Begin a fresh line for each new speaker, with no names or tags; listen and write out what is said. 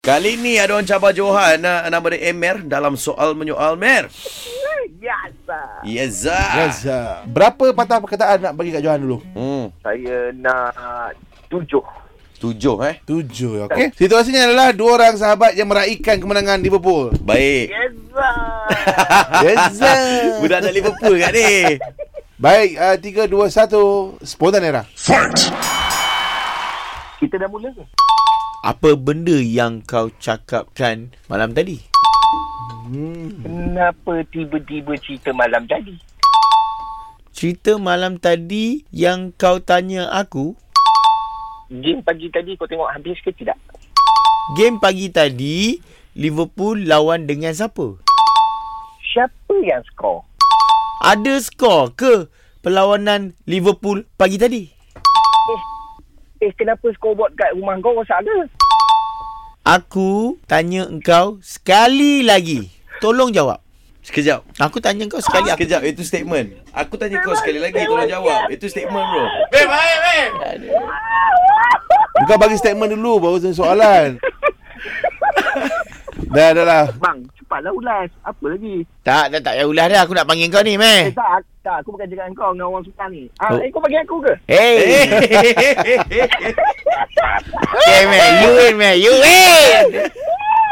Kali ni ada orang cabar Johan ah, nama dia Emer dalam soal menyoal Mer.
Yes. sir.
Yes. Yes.
Reza. Berapa patah perkataan nak bagi kat Johan dulu?
Hmm,
Saya nak tujuh.
tujuh eh.
Tujuh. Okey. Situasinya adalah dua orang sahabat yang meraihkan kemenangan Liverpool.
Baik.
Yes. sir.
Reza.
Budak dari Liverpool kat ni.
Baik, uh, 3 2 1 spontan era.
Kita dah mula ke?
Apa benda yang kau cakapkan malam tadi?
Kenapa tiba-tiba cerita malam tadi?
Cerita malam tadi yang kau tanya aku,
Game pagi tadi kau tengok habis ke tidak?
game pagi tadi Liverpool lawan dengan siapa?
Siapa yang skor?
Ada skor ke perlawanan Liverpool pagi tadi?
Eh kenapa scoreboard kat rumah kau rosak ke?
Aku tanya engkau sekali lagi. Tolong jawab.
Sekejap.
Aku tanya engkau
Ah.
sekali aku.
Sekejap itu statement. Aku tanya kau sekali lagi tolong jawab. Itu statement bro.
Kau bagi statement dulu baru tanya soalan. dah dah lah.
Bang, cepatlah ulas. Apa lagi?
Tak, dah tak payah ulas dah. Aku nak panggil kau ni, meh.
Eh, tak, tak. Aku bukan cakap kau dengan orang sekarang ni. Ah,
Oh.
Eh, kau panggil aku ke?
Hey.
Eh.
Okay, meh. You win, meh. You win.